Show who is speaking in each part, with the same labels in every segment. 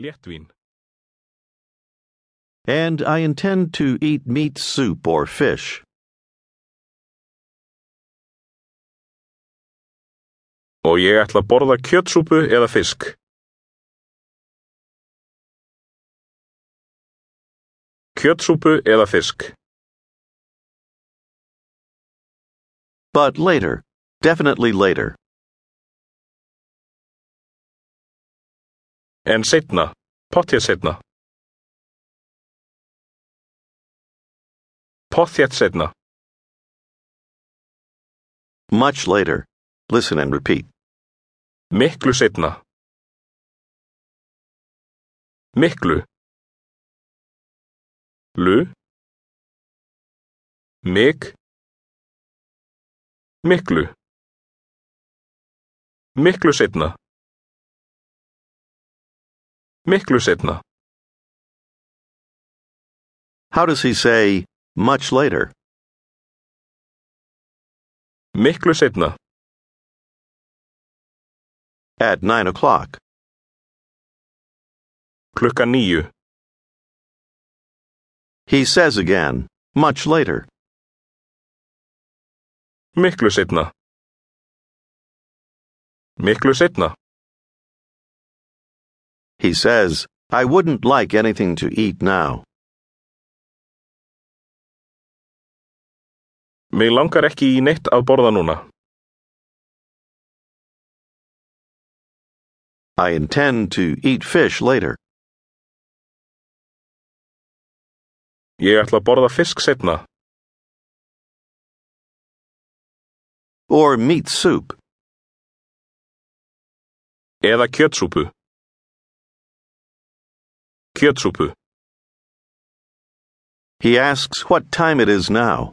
Speaker 1: léttvín.
Speaker 2: And I intend to eat meat soup or fish.
Speaker 1: Og ég ætla að borða kjötsúpu eða fisk. Kjötsúpu eða fisk.
Speaker 2: But later. Definitely later.
Speaker 1: En setna, pottjétt setna. Pottjétt setna,
Speaker 2: Much later. Listen and repeat.
Speaker 1: miklu setna. Miklu. Lu. Mik. Miklu. Miklu setna. Miklu setna.
Speaker 2: How does he say much later?
Speaker 1: Miklu setna.
Speaker 2: At nine o'clock.
Speaker 1: Klukka nýju.
Speaker 2: He says again, much later.
Speaker 1: Miklu setna. Miklu setna.
Speaker 2: He says, I wouldn't like anything to eat now.
Speaker 1: Mig langar ekki í neitt að borða núna.
Speaker 2: I intend to eat fish later.
Speaker 1: Ég ætla að borða fisk setna.
Speaker 2: Or meat soup.
Speaker 1: Eða kjötsúpu. Kjötsúpu.
Speaker 2: He asks what time it is now.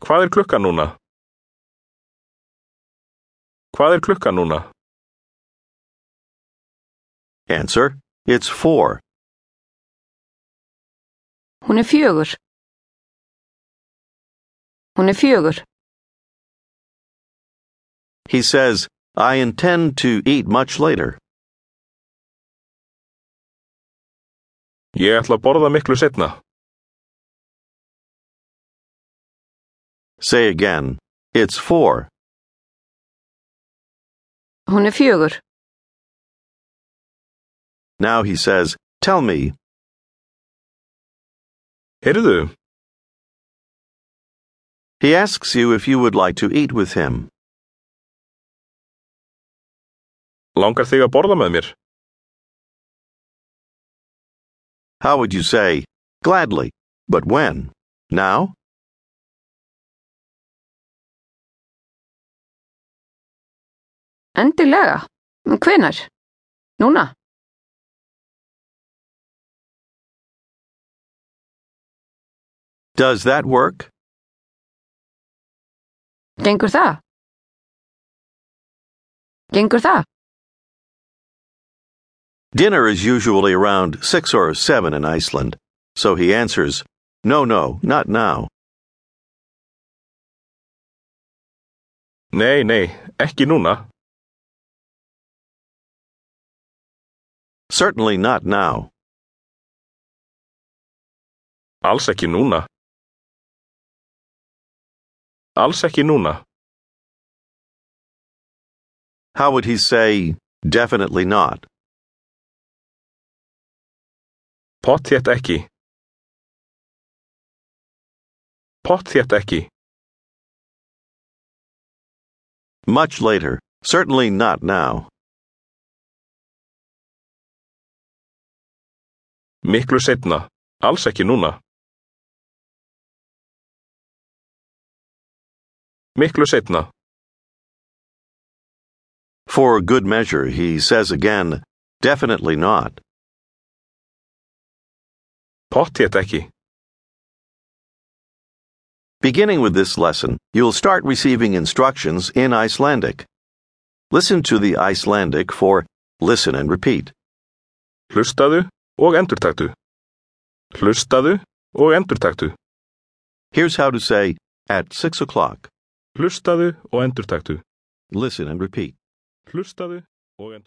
Speaker 1: Hvað er klukkan núna? Hvað er klukkan núna?
Speaker 2: Answer, it's four.
Speaker 3: Hún er fjögur. Hún er fjögur.
Speaker 2: He says, I intend to eat much later.
Speaker 1: Ég ætla að borða miklu setna.
Speaker 2: Say again, it's four.
Speaker 3: Hún er fjögur.
Speaker 2: Now he says, Tell me,
Speaker 1: Heyrðu,
Speaker 2: He asks you if you would like to eat with him.
Speaker 1: langar þig að borða með mér?
Speaker 2: How would you say, gladly, but when? Now?
Speaker 3: Endilega. Hvenar? Núna.
Speaker 2: Does that work?
Speaker 3: Gengur það? Gengur það?
Speaker 2: Dinner is usually around six or seven in Iceland, so he answers, No, no, not now.
Speaker 1: Nei, nei, ekki núna.
Speaker 2: Certainly not now.
Speaker 1: Alls ekki núna. Alls ekki núna.
Speaker 2: How would he say, Definitely not?
Speaker 1: Pottþétt ekki. Pottþétt ekki.
Speaker 2: Much later. Certainly not now.
Speaker 1: Miklu setna. Alls ekki núna. Miklu setna.
Speaker 2: For good measure, he says again, Definitely not.
Speaker 1: Pottþétt ekki.
Speaker 2: Beginning with this lesson, you'll start receiving instructions in Icelandic. Listen to the Icelandic for listen and repeat.
Speaker 1: Hlustaðu og endurtaktu. Hlustaðu og endurtaktu.
Speaker 2: Here's how to say at six o'clock.
Speaker 1: Hlustaðu og endurtaktu.
Speaker 2: Listen and repeat.
Speaker 1: Hlustaðu og endurtaktu.